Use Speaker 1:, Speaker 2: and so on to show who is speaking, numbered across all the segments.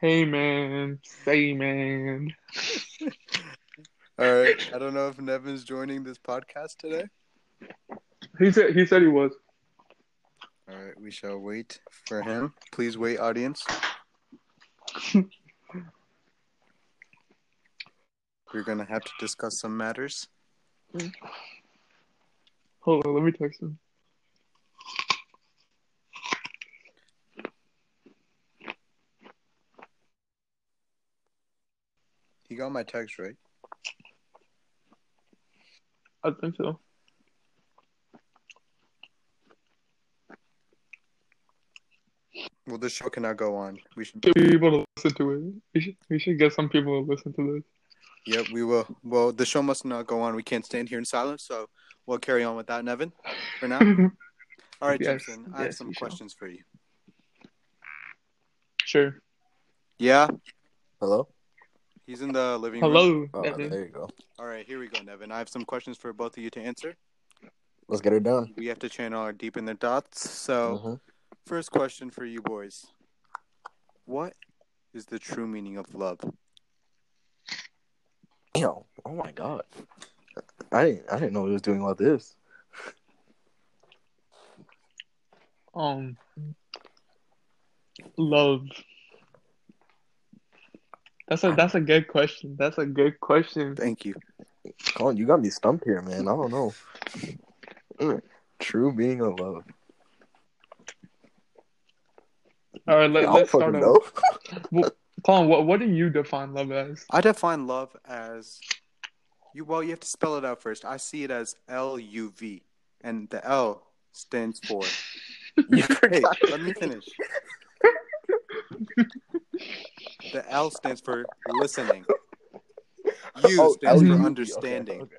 Speaker 1: Hey man, say man.
Speaker 2: All right. I don't know if Nevin's joining this podcast today.
Speaker 1: He said he said he was.
Speaker 2: All right. We shall wait for him. Please wait, audience. We're going to have to discuss some matters.
Speaker 1: Hold on, let me text him.
Speaker 2: He got my text, right?
Speaker 1: I think so.
Speaker 2: Well, this show cannot go on. We should.
Speaker 1: Get people to listen to it. We should, we should get some people to listen to this.
Speaker 2: Yep, we will. Well, the show must not go on. We can't stand here in silence, so we'll carry on without Nevin for now. All right,
Speaker 1: Yes,
Speaker 2: Jameson, I have
Speaker 1: yes,
Speaker 2: some
Speaker 1: we shall.
Speaker 2: questions for you.
Speaker 1: Sure.
Speaker 2: Yeah,
Speaker 3: Hello?
Speaker 2: he's in the living room.
Speaker 1: Hello.
Speaker 3: Oh,
Speaker 1: Evan.
Speaker 3: there you go.
Speaker 2: All right, here we go, Nevin. I have some questions for both of you to answer.
Speaker 3: Let's get it done.
Speaker 2: We have to channel our deep in the dots. So,
Speaker 1: Oh.
Speaker 3: Mhm.
Speaker 2: first question for you boys What is the true meaning of love?
Speaker 3: Damn. Oh my god. I didn't I didn't know he was doing all this.
Speaker 1: Um love. That's a that's a good question. That's a good question.
Speaker 2: Thank you.
Speaker 3: Colin, you got me stumped here, man. I don't know. Mm. True being of love.
Speaker 1: All right, let,
Speaker 3: I don't
Speaker 1: let's start
Speaker 3: fucking
Speaker 1: off.
Speaker 3: know.
Speaker 1: Colin, what what do you define love as?
Speaker 2: I define love as you. Well, you have to spell it out first. I see it as L U V, and the L stands for.
Speaker 3: You
Speaker 2: Hey,
Speaker 3: forgot.
Speaker 2: let me finish. The L stands for listening. U
Speaker 3: Oh,
Speaker 2: stands
Speaker 3: LUV.
Speaker 2: for
Speaker 3: Okay,
Speaker 2: understanding.
Speaker 3: okay.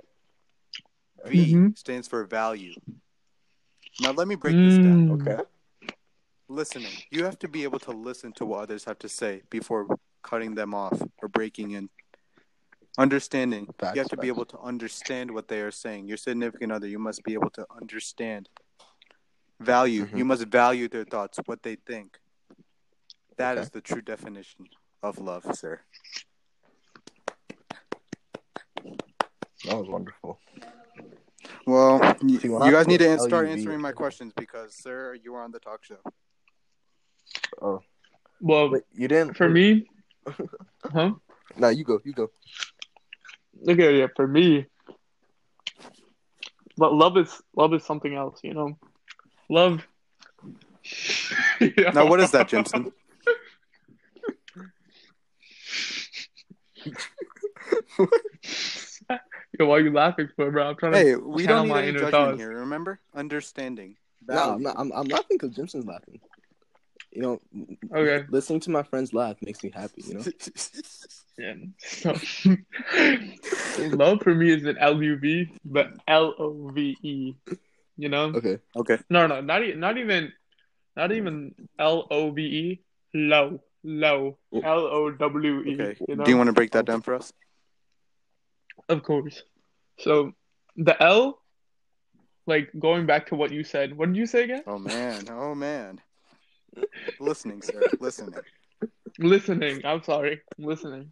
Speaker 2: V
Speaker 1: Mhm.
Speaker 2: stands for value. Now let me break this down.
Speaker 1: Mm.
Speaker 3: Okay.
Speaker 2: Listening. You have to be able to listen to what others have to say before cutting them off or breaking in. Understanding.
Speaker 3: Facts,
Speaker 2: you have to be
Speaker 3: facts.
Speaker 2: able to understand what they are saying. Your significant other, you must be able to understand. Value.
Speaker 3: Mhm.
Speaker 2: You must value their thoughts, what they think. That is
Speaker 3: Okay.
Speaker 2: the true definition of love, sir.
Speaker 3: That was wonderful.
Speaker 2: Well, you,
Speaker 3: See, when
Speaker 2: you
Speaker 3: I
Speaker 2: guys need to
Speaker 3: put
Speaker 2: an- start
Speaker 3: LUV
Speaker 2: answering my
Speaker 3: okay.
Speaker 2: questions because, sir, you are on the talk show.
Speaker 1: Well,
Speaker 3: Wait, you didn't
Speaker 1: for me, huh?
Speaker 3: No, you go, you go.
Speaker 1: Okay, yeah, for me, but love is love is something else, you know. Love.
Speaker 2: Now, what is that, Jimson?
Speaker 1: Yo, why are you laughing for, bro? I'm trying
Speaker 2: hey,
Speaker 1: to.
Speaker 2: we
Speaker 1: channel
Speaker 2: don't need
Speaker 1: my
Speaker 2: any
Speaker 1: inner
Speaker 2: judgment
Speaker 1: thoughts.
Speaker 2: here. Remember, understanding.
Speaker 3: No, I'm not I'm, I'm laughing because Jimson's laughing. You know,
Speaker 1: Okay.
Speaker 3: listening to my friends laugh makes me happy, you know?
Speaker 1: Yeah. So, love for me is an L U V, but L O V E. You know.
Speaker 3: Okay.
Speaker 2: okay.
Speaker 1: No, no, not e- not even, not even L O V E. Low, low, L O W E.
Speaker 2: Okay.
Speaker 1: You know?
Speaker 2: Do you want to break that down for us?
Speaker 1: Of course. So the L, like going back to what you said. What did you say again?
Speaker 2: Oh man. Oh man. listening, sir. Listening.
Speaker 1: Listening. I'm sorry. Listening.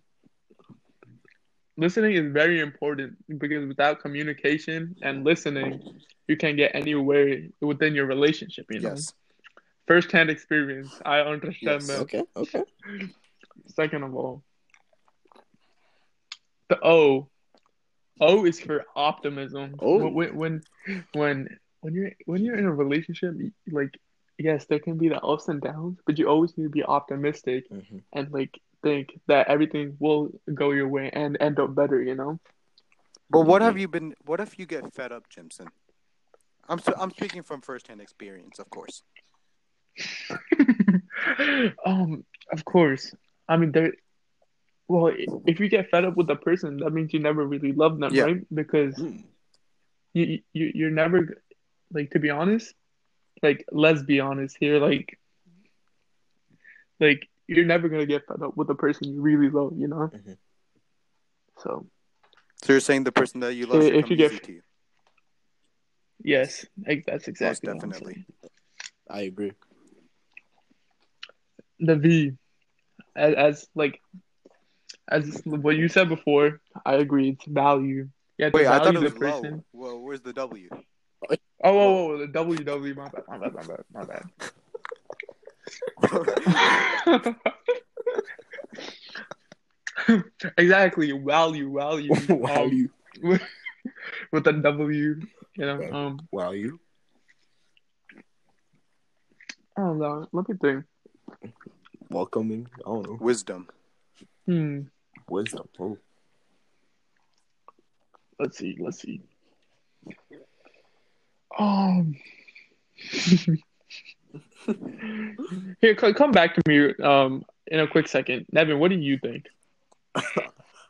Speaker 1: Listening is very important because without communication and listening, you can't get anywhere within your relationship. You know,
Speaker 2: Yes.
Speaker 1: first-hand experience. I understand
Speaker 2: Yes.
Speaker 1: that.
Speaker 3: Okay, okay.
Speaker 1: Second of all, the O. O is for optimism.
Speaker 3: Oh.
Speaker 1: When when when when you're when you're in a relationship, like yes, there can be the ups and downs, but you always need to be optimistic
Speaker 3: Mm-hmm.
Speaker 1: and like think that everything will go your way and end up better. You know.
Speaker 2: But what have you been? What if you get fed up, Jimson? I'm so, I'm speaking from firsthand experience, of course.
Speaker 1: um. Of course. I mean there. Well, if you get fed up with the person, that means you never really love them,
Speaker 2: Yeah.
Speaker 1: right? Because
Speaker 3: Hmm,
Speaker 1: you you you're never like to be honest like let's be honest here like like you're never gonna get fed up with the person you really love you know
Speaker 3: Mhm.
Speaker 1: so
Speaker 2: So you're saying the person that you love
Speaker 1: Uh,
Speaker 2: should
Speaker 1: if
Speaker 2: come
Speaker 1: you get-
Speaker 2: easy to you.
Speaker 1: yes like, that's exactly what I'm
Speaker 2: definitely.
Speaker 1: saying.
Speaker 3: I agree.
Speaker 1: the V as, as like as what you said before, I agree. It's value. Yeah,
Speaker 2: Wait, I thought
Speaker 1: value
Speaker 2: it
Speaker 1: the
Speaker 2: was
Speaker 1: person.
Speaker 2: low. Well, where's the W?
Speaker 1: Oh, whoa, whoa, the WW. My bad. My bad. My bad. My bad. exactly. Value, value.
Speaker 3: wow,
Speaker 1: um,
Speaker 3: you,
Speaker 1: with, with a W, you know. Um,
Speaker 3: wow, you.
Speaker 1: I don't know. Let me think.
Speaker 3: Welcoming. I don't know.
Speaker 2: Wisdom.
Speaker 1: Hmm.
Speaker 3: Wisdom. Oh.
Speaker 1: Let's see. Let's see. Um. Here, c- come back to me um in a quick second, Nevin. What do you think?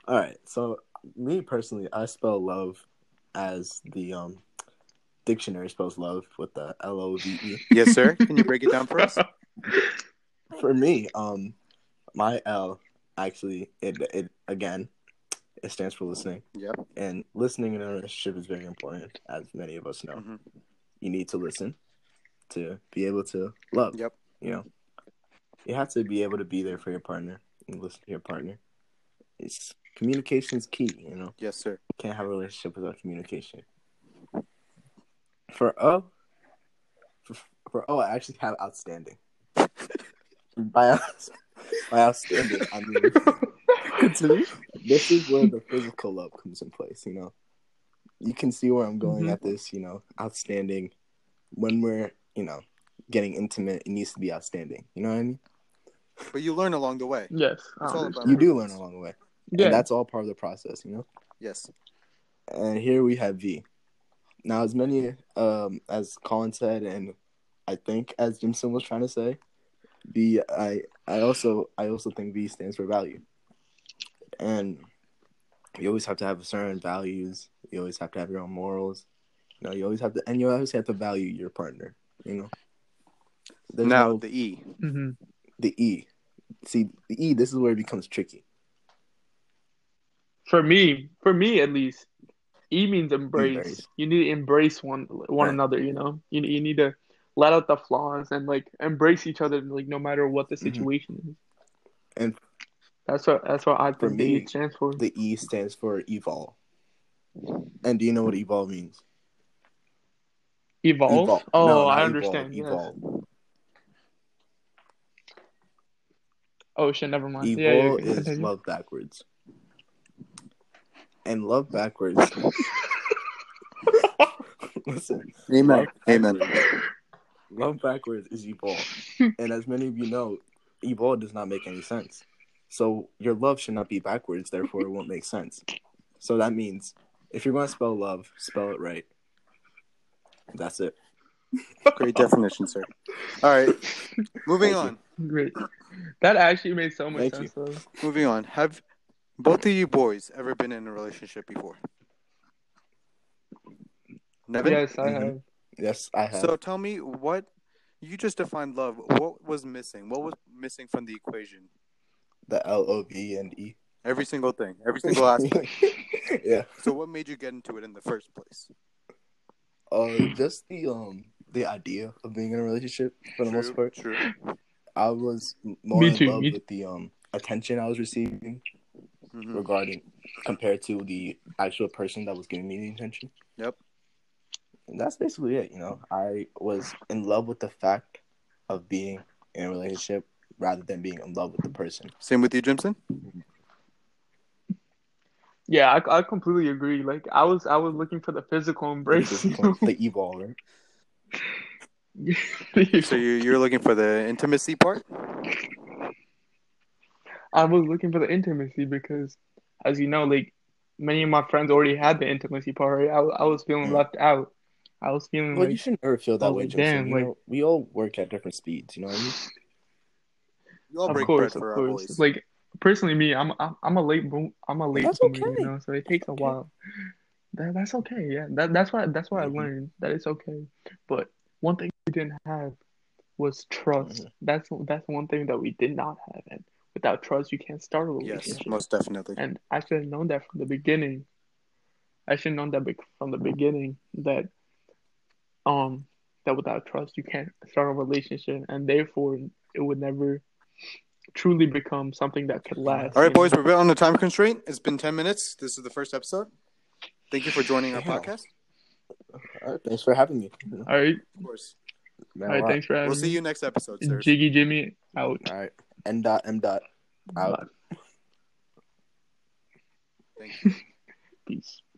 Speaker 3: All right. So me personally, I spell love as the um dictionary spells love with the L O V E.
Speaker 2: Yes, sir. Can you break it down for us?
Speaker 3: For me, um, my L actually it it again, it stands for listening.
Speaker 2: Yep.
Speaker 3: And listening in a relationship is very important, as many of us know.
Speaker 2: Mhm.
Speaker 3: You need to listen to be able to love.
Speaker 2: Yep.
Speaker 3: You know, you have to be able to be there for your partner and listen to your partner. It's communication's key. You know.
Speaker 2: Yes, sir.
Speaker 3: can't have a relationship without communication. For O, for, for O, I actually have outstanding. by, out- by outstanding, I mean continue. This is where the physical love comes in place. You know, you can see where I'm going
Speaker 1: Mhm.
Speaker 3: at this. You know, outstanding. When we're you know getting intimate, it needs to be outstanding. You know what I mean?
Speaker 2: But you learn along the way.
Speaker 1: Yes. I
Speaker 2: It's all
Speaker 1: understand.
Speaker 2: about-
Speaker 3: You do learn along the way,
Speaker 1: yeah.
Speaker 3: and that's all part of the process. You know.
Speaker 2: Yes.
Speaker 3: and here we have V. Now, as many um, as Colin said, and I think as Jimson was trying to say, V. I I also I also think V stands for value, and you always have to have certain values. You always have to have your own morals. You know, you always have to, and you always have to value your partner. You know, There's
Speaker 2: now
Speaker 3: no-
Speaker 2: the E.
Speaker 1: hmm
Speaker 3: the E. See, the E. This is where it becomes tricky.
Speaker 1: For me, for me at least, E means embrace.
Speaker 3: Embrace.
Speaker 1: You need to embrace one one
Speaker 3: Right.
Speaker 1: another. You know, you you need to let out the flaws and like embrace each other, like no matter what the
Speaker 3: Mhm.
Speaker 1: situation is.
Speaker 3: And-
Speaker 1: that's what that's what I
Speaker 3: For
Speaker 1: think the
Speaker 3: me,
Speaker 1: E stands for.
Speaker 3: The E stands for evolve. And do you know what evolve means?
Speaker 1: Evolve.
Speaker 3: Evolve.
Speaker 1: Oh,
Speaker 3: No, not
Speaker 1: I
Speaker 3: evolve,
Speaker 1: understand. yes.
Speaker 3: Evolve.
Speaker 1: Oh shit, never mind.
Speaker 3: Evil
Speaker 1: yeah, yeah, okay,
Speaker 3: is
Speaker 1: continue.
Speaker 3: love backwards. And love backwards. Listen,
Speaker 2: Amen. Amen.
Speaker 3: love backwards is evil. And as many of you know, evil does not make any sense. So your love should not be backwards, therefore it won't make sense. So that means if you're going to spell love, spell it right. That's it.
Speaker 2: Great definition, sir. All right. Moving
Speaker 3: Thank you.
Speaker 2: on.
Speaker 1: Great. That actually made so much
Speaker 3: Thank
Speaker 1: sense. Though.
Speaker 2: Moving on. Have both of you boys ever been in a relationship before? Nevin?
Speaker 1: Yes, I
Speaker 3: Mhm.
Speaker 1: have.
Speaker 3: Yes, I have.
Speaker 2: So tell me what you just defined love. What was missing? What was missing from the equation?
Speaker 3: the L O V and E.
Speaker 2: Every single thing. Every single aspect.
Speaker 3: yeah.
Speaker 2: so what made you get into it in the first place?
Speaker 3: Uh,
Speaker 2: Hmm.
Speaker 3: just the um the idea of being in a relationship for the most part.
Speaker 2: True.
Speaker 3: I was m- more
Speaker 1: Me
Speaker 3: in
Speaker 1: too,
Speaker 3: love
Speaker 1: me
Speaker 3: with the um attention I was receiving
Speaker 2: hmm
Speaker 3: regarding compared to the actual person that was giving me the attention.
Speaker 2: Yep.
Speaker 3: And that's basically it, you know. I was in love with the fact of being in a relationship rather than being in love with the person.
Speaker 2: Same with you, Jimson?
Speaker 1: Yeah, I, I completely agree. Like I was I was looking for the physical embrace. you know?
Speaker 3: the evil, right?
Speaker 2: So you, you're looking for the intimacy part?
Speaker 1: I was looking for the intimacy because, as you know, like many of my friends already had the intimacy part. Right? I, I was feeling
Speaker 3: Mm.
Speaker 1: left out. I was feeling
Speaker 3: Well, you
Speaker 1: like
Speaker 3: should never feel that
Speaker 1: Oh,
Speaker 3: way,
Speaker 1: like,
Speaker 3: Jimson.
Speaker 1: damn,
Speaker 3: you
Speaker 1: like-
Speaker 3: know, we all work at different speeds. You know what I mean?
Speaker 2: You all
Speaker 1: of
Speaker 2: break
Speaker 1: course,
Speaker 2: bread
Speaker 1: of
Speaker 2: for our
Speaker 1: course.
Speaker 2: boys.
Speaker 1: Like personally, me, I'm I'm, I'm a late boom. I'm a late
Speaker 3: That's
Speaker 1: bloomer,
Speaker 3: okay.
Speaker 1: you know. So it takes a
Speaker 3: okay.
Speaker 1: while. That that's okay. Yeah, that that's why that's why
Speaker 3: Mhm.
Speaker 1: I learned that it's okay. But one thing we didn't have was trust. That's that's one thing that we did not have, and without trust, you can't start a
Speaker 2: yes,
Speaker 1: relationship.
Speaker 2: most definitely.
Speaker 1: And I should have known that from the beginning. I should have known that be- from the beginning that um that without trust you can't start a relationship, and therefore it would never truly become something that could last.
Speaker 2: All right,
Speaker 1: you
Speaker 2: boys,
Speaker 1: know?
Speaker 2: we're a bit on the time constraint. It's been 10 minutes. This is the first episode. Thank you for joining our
Speaker 3: Damn.
Speaker 2: podcast.
Speaker 3: All right, thanks for having me.
Speaker 1: All right,
Speaker 2: Of course.
Speaker 1: all right. Thanks for having
Speaker 2: We'll see
Speaker 1: me.
Speaker 2: you next episode, sir.
Speaker 1: Jiggy Jimmy out.
Speaker 3: All right. N dot M dot out.
Speaker 2: Thank you.
Speaker 1: Peace.